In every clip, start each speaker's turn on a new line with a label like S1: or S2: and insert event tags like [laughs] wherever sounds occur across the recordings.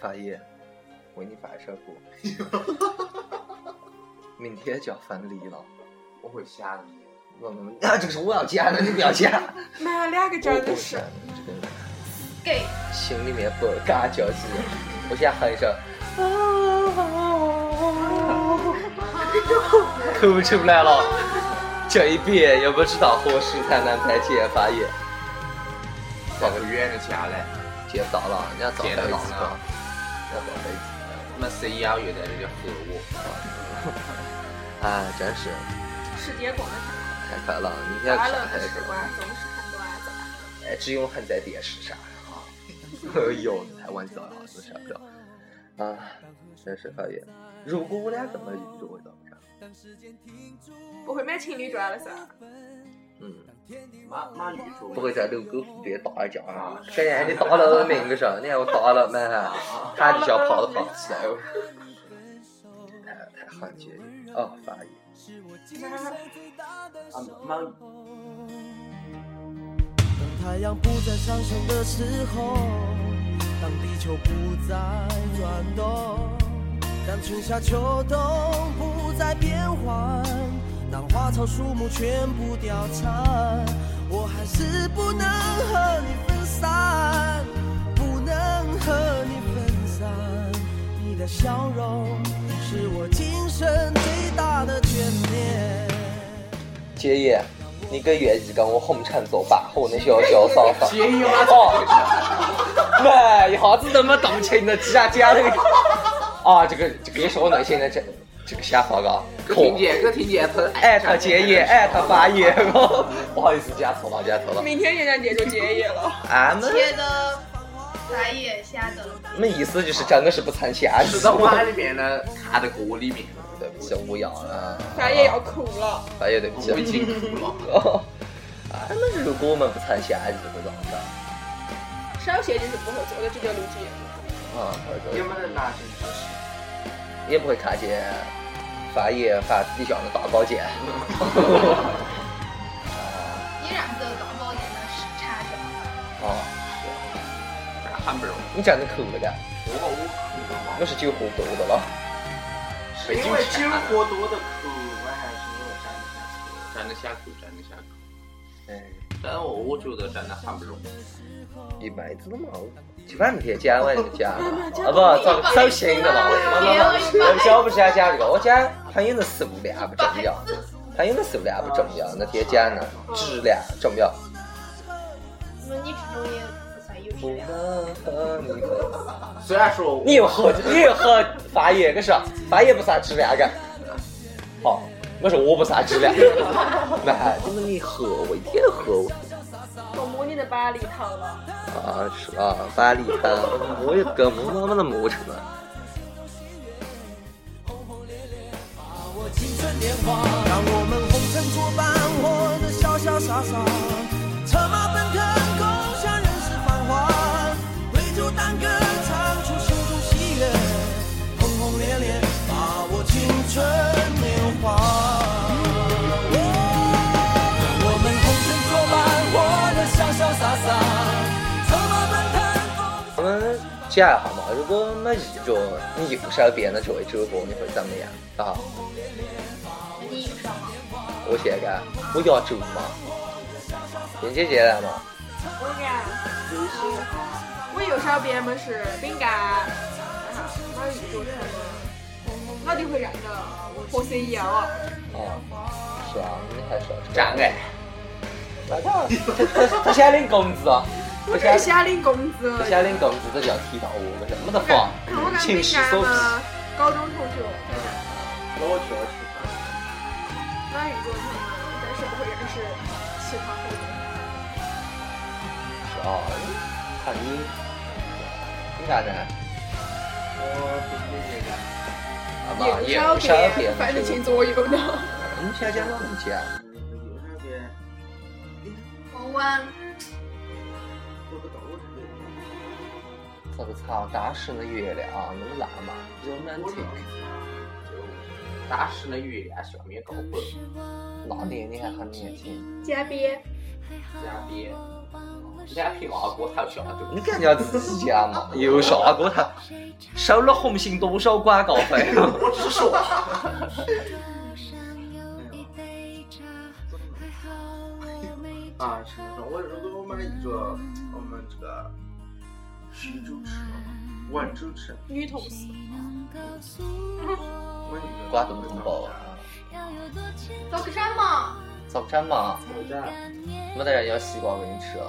S1: 发业，为你摆设过。明天就要分离了，
S2: 我会吓你。
S1: 我们那这个是我要加的，你不要加。
S3: 妈，两个
S1: 我
S3: 真
S1: 不
S3: 的
S1: 想
S3: 是，
S1: 这个
S3: 给
S1: 心里面不嘎脚趾，我现在哼一
S3: [laughs]
S1: 首，哭出来了。这一遍也不知道何时才能再揭发业，
S2: 找个圆的下来，
S1: 揭不到了，人家早
S2: 接
S1: 辈
S2: 得
S1: 子
S2: 到
S1: 了
S2: 了，
S1: 人家早辈子。
S2: 他妈谁要有在这里喝我？
S1: 哎，真是
S3: 世界过得
S1: 太快了！你现
S3: 太
S1: 在
S3: 快乐
S1: 看
S3: 的
S1: 这
S3: 时光
S1: 个，
S3: 总是很短暂。
S1: 哎，只有恨在电视上啊！ [laughs] 哎呦，台湾造谣子啥不着啊！真是发言，如果我俩这么遇着，我怎么着？
S3: 不会买情侣装了噻？
S1: 嗯，
S2: 妈妈女主
S1: 不会在遛狗不对打一架啊！谁让你打了那个啥？你看我打了 [laughs] 没啊？他就想跑都跑不起来，我太太憨绝了哦，发言。
S2: 啊妈，
S4: 当太阳不再上升的时候，当地球不再转动，当春夏秋冬不再变换，当花草树木全部凋残，我还是不能和你分散，不能和你分散。你的笑容是我今生最大的眷恋。
S1: 杰爷，你给月季跟我红尘作伴，和那小小骚骚。杰爷那哎一下子他妈动情了，几啊几啊那个。啊，这个这个也是我内心的这这个想法啊。
S2: 哥听见哥听见他哎
S1: 艾特杰爷，艾特哎发爷，我不好意思加错了，加错了。
S3: 明天元旦节就结业了，
S1: 俺们
S5: 觉得白夜瞎的，
S1: 我们意思就是真的是不曾相
S2: 吃
S1: 识，
S2: 到碗里面呢，看到锅里面，
S1: 对不起，我要了。
S3: 咱也要哭了。
S1: 发爷，对不起
S2: 我。已经哭了。
S1: 俺们如果我们不曾相识，会怎么着？
S3: 首先就是不会做的，这叫录节目。
S1: 啊，会怎么着
S2: 有没得拿进去？
S1: 也不会看见发爷发底下的大保健。
S5: 依然得到保健的时差小。
S1: 哦，
S2: 汉堡，
S1: 你真的哭了的，
S2: 我我哭了嘛
S1: 我。是酒喝多的了。
S2: 是是因因为为
S1: 酒
S2: 酒
S1: 喝
S2: 喝多的哭，我还是因为站得下哭，站得下哭，站得下哭。
S1: 哎，
S2: 但我我觉得真的很不容易。
S1: 一辈子的嘛，就反正天讲完就讲了，啊不，
S5: 我
S1: 走走心的了。我
S5: 我
S1: 我我不是想讲这个，我讲朋友的数量不重要，朋友的数量不重要，那天讲呢，质量重要。
S5: 那你这种也不算有
S1: 不
S5: 质量。
S1: 能和你分手
S2: 虽然说我
S1: 你又喝你又喝发爷个是吧？发爷不啥质量个，好，我说我不啥质量。那怎么你喝？我一天都喝。
S3: 我摸你的板栗头了，
S1: 啊，是啊，巴黎滩，我也跟我妈妈的磨成了。
S4: 我青春年华，让我们红尘作伴，活得潇潇洒洒，策马奔腾，共享人世繁华，挥酒当歌，唱出心中喜悦，轰轰烈烈，把握青春年华。让我们红尘作伴，活得潇潇洒洒，策马奔腾，共
S1: 我们讲一下嘛，如果没遇着你右手边的这位主播，你会怎么样啊？
S5: 那你有上吗？
S1: 我现在我压轴嘛，冰姐姐来嘛，
S3: 我呀，我右手边么是饼干，然后我玉做成了，我就会认得和谁一样啊。
S1: 啊，是啊，你还说
S2: 障碍，
S1: 那他他他想领工资啊，他
S3: 我这
S1: 想
S3: 想领工资，
S1: 他想领工资，他就要提到我，我说没得法
S3: 我，跟
S1: 情
S3: 饼
S1: 势
S3: 干
S1: 所
S3: 嘛
S1: 逼。，
S3: 高中同学，真的。
S2: 我确实
S3: 关宇宙他们，但是不会认识其他后人。
S1: 啊，看你，你啥呢？
S2: 我不
S1: 啊嘛，
S3: 右
S1: 右
S3: 手
S1: 手
S3: 边
S1: 边
S3: 分
S1: 的
S3: 得
S1: 主
S3: 清左右的。
S1: 你想讲哪么讲？
S2: 是有那边
S5: 我问，
S2: 做不到我这边。
S1: 这个操，大神的月亮那么浪漫，romantic。
S2: 就打湿了月亮下面搞混，
S1: 那年你还很年轻，
S3: 嘉宾，
S2: 加边，人家听外国他晓得。
S1: 你敢讲自己家嘛？有啥过他收了红星多少广告费？
S2: 我只是说，啊，是那种我如果我买一个我们这个是周尺吗？万周尺，
S3: 女同事，
S2: 我一个
S1: 广东同胞啊，
S5: 走个山嘛，
S1: 早餐嘛，
S2: 我家
S1: 没得人要西瓜给你吃啊。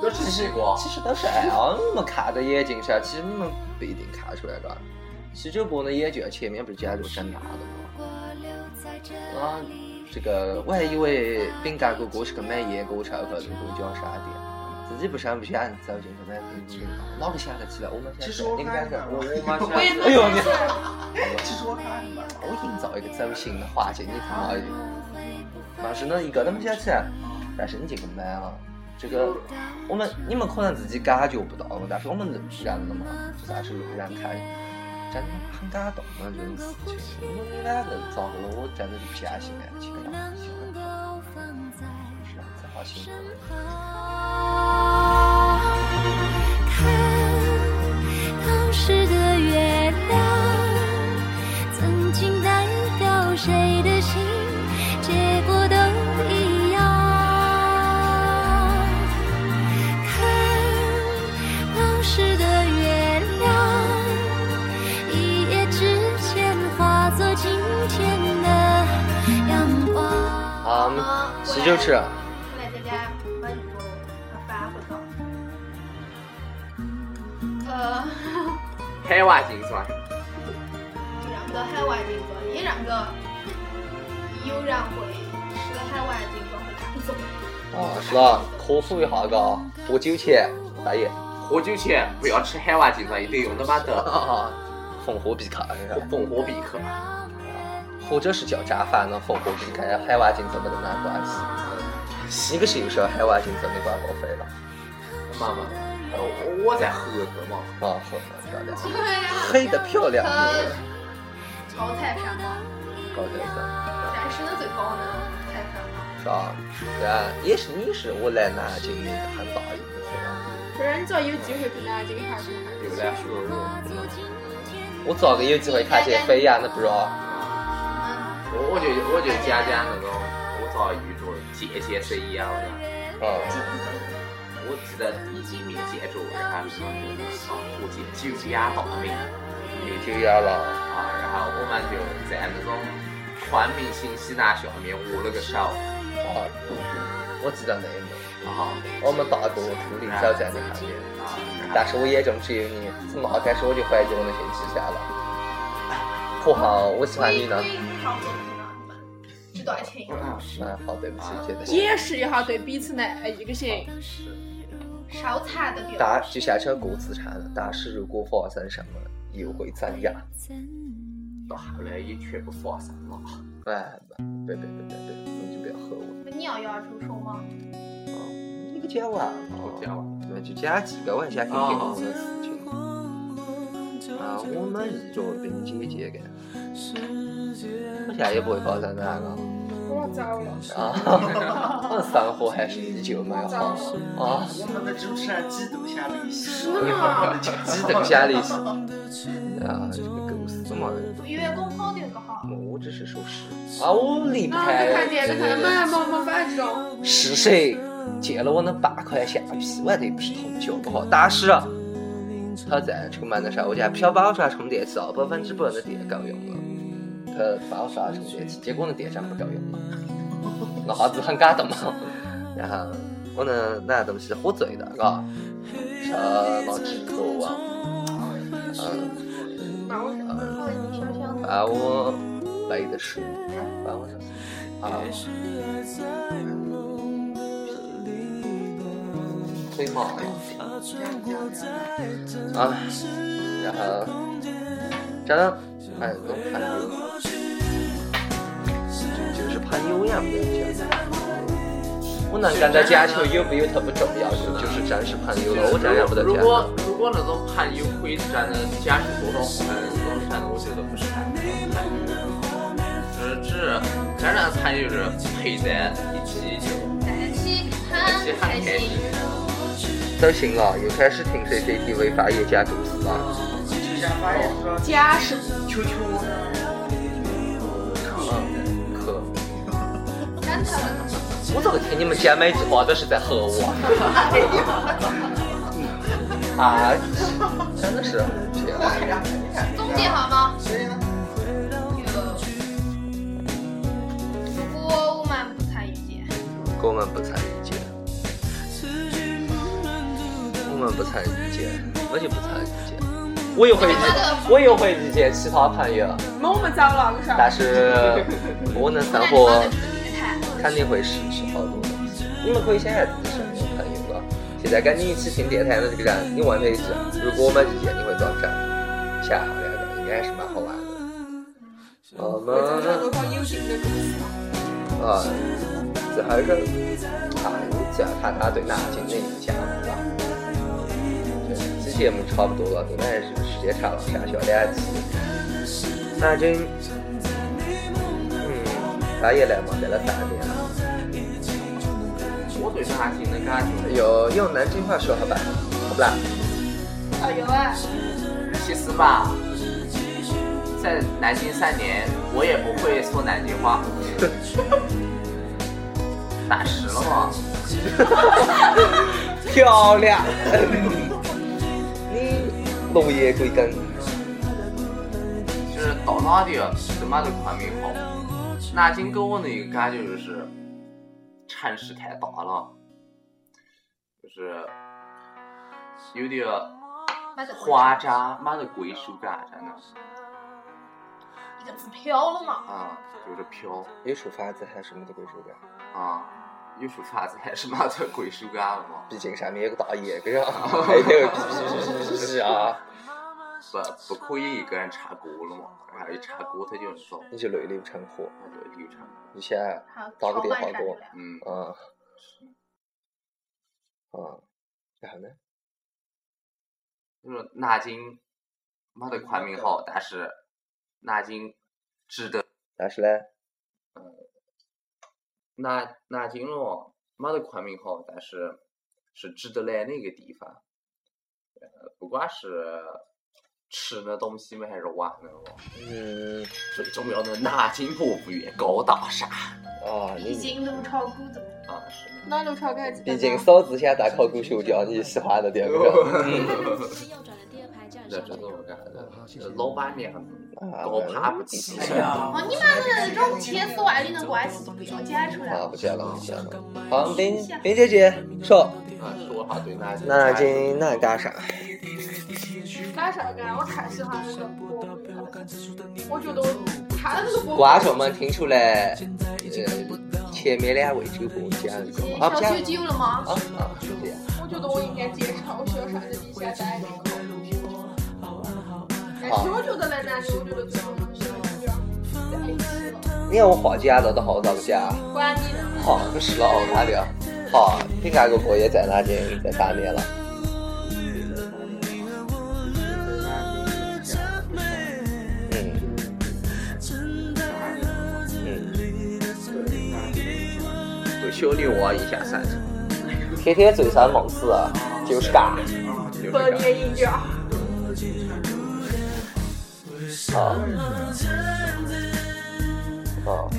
S2: 都是西瓜，
S1: 其实都是爱啊，你们看的眼睛噻，其实你们不一定看出来的。西九博的眼镜前面不是加入深蓝的吗？啊，这个我还以为饼干哥哥是个卖烟锅炒饭的国家商店，自己不上不下，走进去买冰淇淋，哪个想得起来？我们
S2: 其
S1: 现
S2: 实
S1: 在
S2: 我
S1: 应
S2: 看
S1: 该
S2: 一
S1: 是
S2: 下吧，
S1: 我哎
S2: 我妈现
S3: 我也
S2: 在，
S3: 没
S1: 呦你
S3: 事儿。
S2: 其实我看一下吧，
S1: 我营造一个走心的环境，你看啊嘛，但是呢，一个都没想起来，但是你这个买了，这个我们你们可能自己感觉不到嘛，但是我们人了嘛，就算是人看，真的很感动的这种事情。我们两个咋个了？我真的是不相信爱情了，喜欢他，是啊，这好幸福。
S6: 看当时的月亮，曾经代表谁的心，结果都一样。看当时的月亮，一夜之间化作今天的阳光。
S1: 啊，我们洗酒吃，啊
S5: 我来在家把宇宙它发回到。呃，
S2: 海外精算，
S5: 就让个海外金子，也让个有人会吃了海外金子会看走。
S1: 啊，是了，科普一下嘎，多久前？大爷，
S2: 喝酒前不要吃海外精算，一定用他妈的
S1: 啊， [laughs] 缝合必看，是吧
S2: 蜂窝必克。
S1: 或者是叫炸饭了，缝合必看，海外竞争没得哪关系。一个是有时候海外竞争的广告费了。
S2: 妈妈，呃我我在喝个嘛，
S1: 啊，很漂亮，黑的 [laughs] 漂亮，
S5: 高菜山嘛，
S1: 高先生，
S5: 但是呢最高呢菜山嘛，
S1: 是吧？对啊，也是你是我来南京的很大一部分啊。
S3: 不然你只要有机会去南京看看。
S2: 又来说我，
S1: 我咋个有机会看见飞呀？那不是啊？
S5: 嗯，
S2: 我我就我就讲讲那个我咋遇着间接是一样的。
S1: 嗯，
S2: 我记得第几面见着，然后是那个上火箭九眼大名
S1: 有九幺了，
S2: 啊，然后我们就在那种全明星西南下面握了个手
S1: 啊，我记得那一幕，
S2: 啊
S1: 我们大哥徒弟走在你旁边，
S2: 啊，然
S1: 但
S2: 后
S1: 是我眼中只有你，怎么开始我就怀疑我的运气下了。括号我喜欢你呢
S5: 可，以靠作品让你们知道情
S2: 嗯
S1: 嗯，好，对不起，觉得
S3: 解释一下对彼此的爱一个心。
S5: 烧菜的表
S1: 但就像首歌词唱的，但是如果发生什么，又会怎样？
S2: 到后来也全部发生了。
S1: 哎，别别别别别，你就不要和我。
S5: 那你要要出手吗？
S1: 你个讲完
S2: 我讲完，
S1: 那就讲几个，我还想听听我的事情。啊，我们一桌冰姐姐的，我现在也不会发生那个。
S3: 我走了，
S1: 啊，我的生活还是依旧美好啊！
S2: 我们的主持人嫉妒下了一些，
S3: 真的吗？
S1: 激动下的是啊，这个狗屎嘛！
S5: 月光好点个好，
S1: 我只是说是啊，我离不
S3: 啊，没
S1: 开
S3: 看见，没看见，妈妈妈反正。
S1: 是谁借了我那八块橡皮，我得不是同学不好。但是啊他在出门的时候，我家小宝刷充电器啊，百分之百的电够用了。他帮我刷充电器，结果那电上不够用了，那哈子很感动嘛。啊然后我那那东西喝醉了，嘎，上往直播啊，嗯，
S3: 那我
S5: 哦，你想想，
S1: 把啊我呃累的是，把我啊，飞马了。啊，然后真的，哎，都朋友，就就是朋友呀，没有讲。我能跟他讲球有没有他不重要，就就是真是朋友了，我真认不得
S2: 如
S1: 讲。
S2: 果如果那种朋友可以真的加出多少朋友这种程度，我觉得不是朋友，只只真正的朋友是陪在一起就
S5: 在一起看不开心。
S1: 都行了，又开始听 CCTV 发夜家读书了。
S2: 之前发现说
S3: 家属
S2: 秋秋特
S1: 可，
S5: 干他了！
S1: 我怎么听你们姐妹句话都是在吼我？啊，真的是天啊！
S2: 看啥？你看
S5: 总结好吗？
S2: 谁呀？
S5: 就我们不参与节，
S1: 我们不参与节，我们不参与节，我就不参与节。我也会去，我也会去见其他朋友，
S3: 没我们糟了，个
S1: 但
S3: 啥？
S1: 是我能生
S5: 那你妈
S1: 活
S5: 的纯理财，
S1: 肯定会失去好多东西。你们可以想想自己身边的朋友吧，现在跟你一起听电台的这个人，你问他一句，如果我们遇见，你会怎么想？想好两个，应该还是蛮好玩的。我们
S3: 我从小都放幽静的故事。
S1: 呃，最后是看，只要看他对南京的影响吧。对，这节目差不多了，你们还是时间差了，下小两期。南京，嗯，半夜来嘛，来了三点了。
S2: 我对他还挺能干的。
S1: 有用南京话说好吧？好不啦？
S5: 啊有啊，
S7: 其实吧，在南京三年，我也不会说南京话， [laughs] 打十了嘛。
S1: 漂亮！ [laughs] 你落叶归根，
S7: 就是到哪里啊，他妈都昆明好。南京给我的一个感觉就是，城市太大了，就是有点
S5: 妈的，
S7: 花渣，没得归属感，真的
S5: 一个字飘了嘛，
S7: 啊，就是飘
S1: 有说法子还是没得归属感，
S7: 啊，有说啥子还是没得归属感了嘛。
S1: 毕竟上面有个大爷，跟上，每天有哔哔哔哔哔哔啊，
S7: 不不可以一个人唱歌了嘛，然后一唱歌他就能走，
S1: [laughs] 你就泪流成河。
S7: 他就流畅。
S1: 以前，
S5: 好，
S1: 打个
S5: 超
S1: 电话
S5: 慢闪
S1: 给我
S5: 流量
S7: 嗯，
S1: 嗯，嗯，然后呢？
S7: 就是南京没得昆明好，但是南京值得。呃
S1: 但是呢，
S7: 南南京咯，没得昆明好，但是是值得来的一个地方。呃，不管是吃的东西嘛，还是玩的咯，
S1: 嗯，
S7: 最重要的南京博物院高大上
S1: 啊，
S5: 毕
S1: 你
S5: 竟卢超姑怎么
S7: 啊，是的。
S3: 那路超开
S1: 毕竟嫂子现在在考古学家，你喜欢的点不嗯对？
S7: 这真的我感觉，这老板娘
S1: 啊
S7: 高攀不起。
S5: 哦，你妈的这种铁丝万缕的关系就不要讲出来
S1: 啊，
S5: 了
S1: 不。见了，不见了。好，
S5: 嗯
S1: 冰冰姐姐说，
S7: 啊，说哈对南京。
S1: 南京南干啥？
S3: 干啥干？我太喜欢那个播客了，我觉得我看了那个播客，
S1: 观众们听出来，呃，前面两位主播讲一个
S5: 你
S1: 嘛啊
S5: 上
S1: 不讲
S5: 学久了吗？
S1: 啊啊，就这样。
S3: 我觉得我应该接受学生的地下带领口。但是我觉得来南京，我觉得最重要的是你俩在一起了，
S1: 你看我话讲的都好咋不讲？
S3: 管你呢。
S1: 好，不是了，我看了。好，你那个哥也在南京，在大连了。嗯嗯，
S7: 对小女娃一下三十，
S1: 天天醉生梦死啊就是干。
S7: 就是
S3: 百
S7: 这样。
S3: 年一觉，
S1: 好。哦，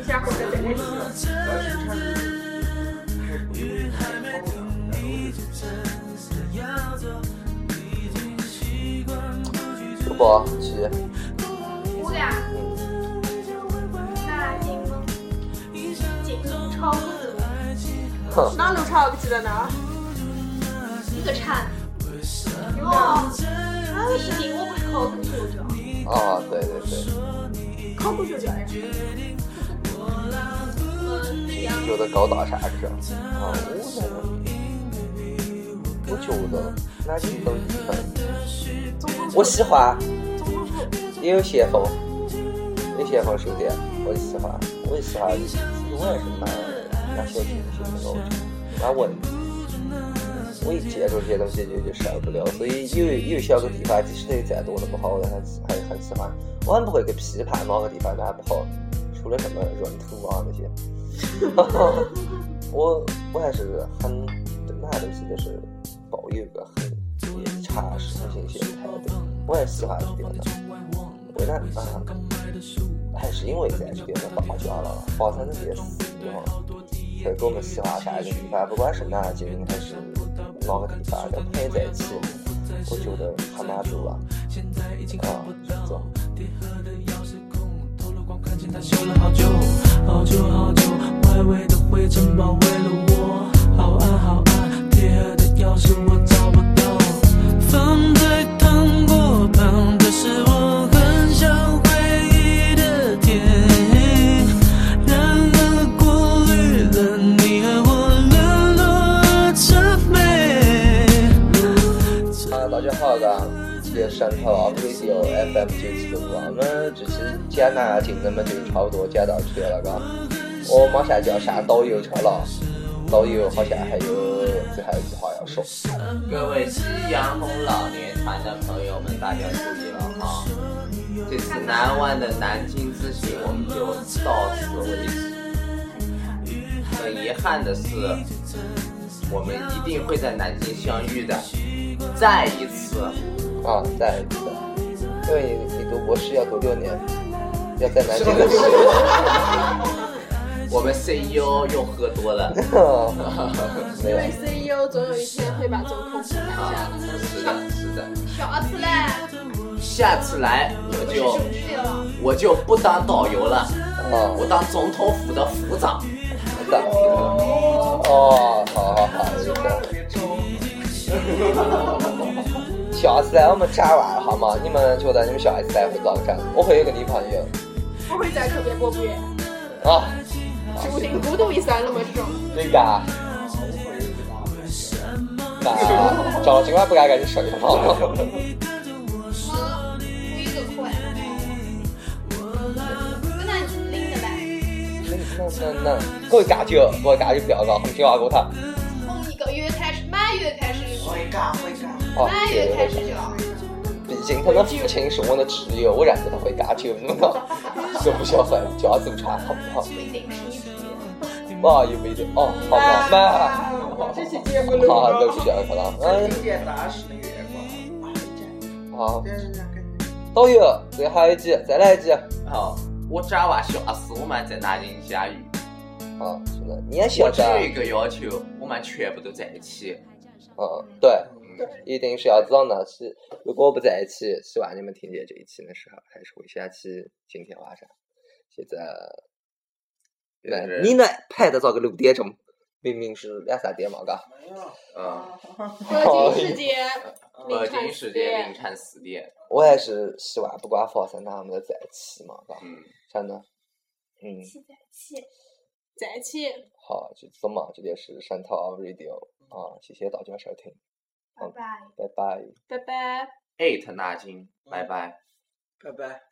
S3: 一下活着在一起了。
S1: 主播去，
S5: 我呀，南京进超哥
S1: 哼，
S3: 哪路超不记得呢？
S5: 一个产，然后毕竟我不是考古学家，
S1: 哦，对对对，
S3: 考古学家呀，
S5: 嗯，那样
S1: 觉得高大上是吧？哦，我那个，我觉得南京都一分。
S3: 总统府
S1: 我喜欢，
S3: 总统府
S1: 也有先锋，有先锋书店，我喜欢，我也喜欢，我也是蛮蛮喜欢这些东西，蛮文。我一接触这些东西就就受不了，所以有有小个地方，即使它有再多的不好，我还还很喜欢。我很不会去批判某个地方哪不好，除除了什么软兔啊那些，我我还是很对那东西就是保有一个很踏实、很心态的。我也喜欢这边的，为啥啊？还是因为在这边的发家了，发展的也是然后，会跟我们喜欢啥一个地方，不管是南京还是哪个地方，跟朋友在一起，我觉得还满足了。啊，是这样。
S4: 他修了好久，好久好久，外围的灰尘包围了我。好暗好暗，铁盒的钥匙我找不到。放在糖果旁的是我很想回忆的甜，然而过滤了你和我冷落的美。
S1: 啊，大家好，噶，这里是汕头 Radio FM 九七六，我们这期讲南京的么就差不多讲到这了，噶。我马上就要上导游车了，导游好像还有最后一句话要说。
S7: 各位夕阳红老年团的朋友们，大家注意了哈！这次南湾的南京之行，我们就到此为止。很遗憾的是，我们一定会在南京相遇的，再一次。
S1: 啊，再一次，因为你读博士要读六年，要在南京的时
S7: 我们 CEO 又喝多了，
S1: 候， [laughs] 没
S3: 因
S1: 有
S3: 为 CEO 总有一天会把总统府拿下
S7: 啊，是的，是的，
S5: 啥次嘞？
S7: 下次来我就
S5: 去了，
S7: 我就不当导游了，
S1: 啊，
S7: 我当总统府的府长。
S1: 我的，哦，好好好，有的。下次来我们展望一下嘛，你们觉得你们下一次来会咋个展？我会有个女朋友
S3: 不会再特别过不远，
S1: 啊，
S3: 指不定孤独一生那么这种。
S1: 对吧？那找今晚不该跟你睡了吗？ [laughs]
S5: 我我有个困，跟他拎着来，
S1: 那那那，各位感觉，各位感觉不要搞，红心话给我谈。
S5: 从一个月开始，满月开始就，
S1: 哦，
S5: 满
S1: 对
S5: 月
S1: 对
S5: 开
S1: 对
S5: 始。就。
S1: 毕竟他的父亲是我的挚友，我认得他会打球呢，就不消费，就要祖传，好不好？
S5: 不一定是一匹的。
S1: 哇，有味道哦，好吧，妈，
S3: 这期节目录
S1: 好，
S3: 了
S1: 都。不讲了，嗯，
S2: 经典打十的月光，哎这
S1: 好，
S2: 真是跟
S1: 导游，最后一集，再来一集，
S7: 好，我展望下次我们在南京相遇。
S1: 好，真的，你也晓
S7: 我只有
S1: 得
S7: 一，个要求，我们全部都在一起。
S1: 嗯，对，
S7: 嗯，
S1: 一定是要早的。是，如果不在一起，希望你们听见这一期的时候，还是会想起今天晚上，现在，
S7: 就是
S1: 那你呢？拍的早个六点钟，明明是两三点嘛，嘎，
S2: 没有。
S7: 嗯，
S3: 北京世界，
S7: 北京时间凌晨四点。
S1: 我还是希望不管发生哪，我们都在一起嘛，嘎，
S7: 嗯，
S1: 真的，嗯。
S3: 在一起，
S1: 好，就这么，这里是山涛 Radio 啊，谢谢大家收听，
S5: 拜拜。
S1: 拜拜。
S3: 拜拜。
S7: 艾特那金，拜拜。
S2: 拜拜。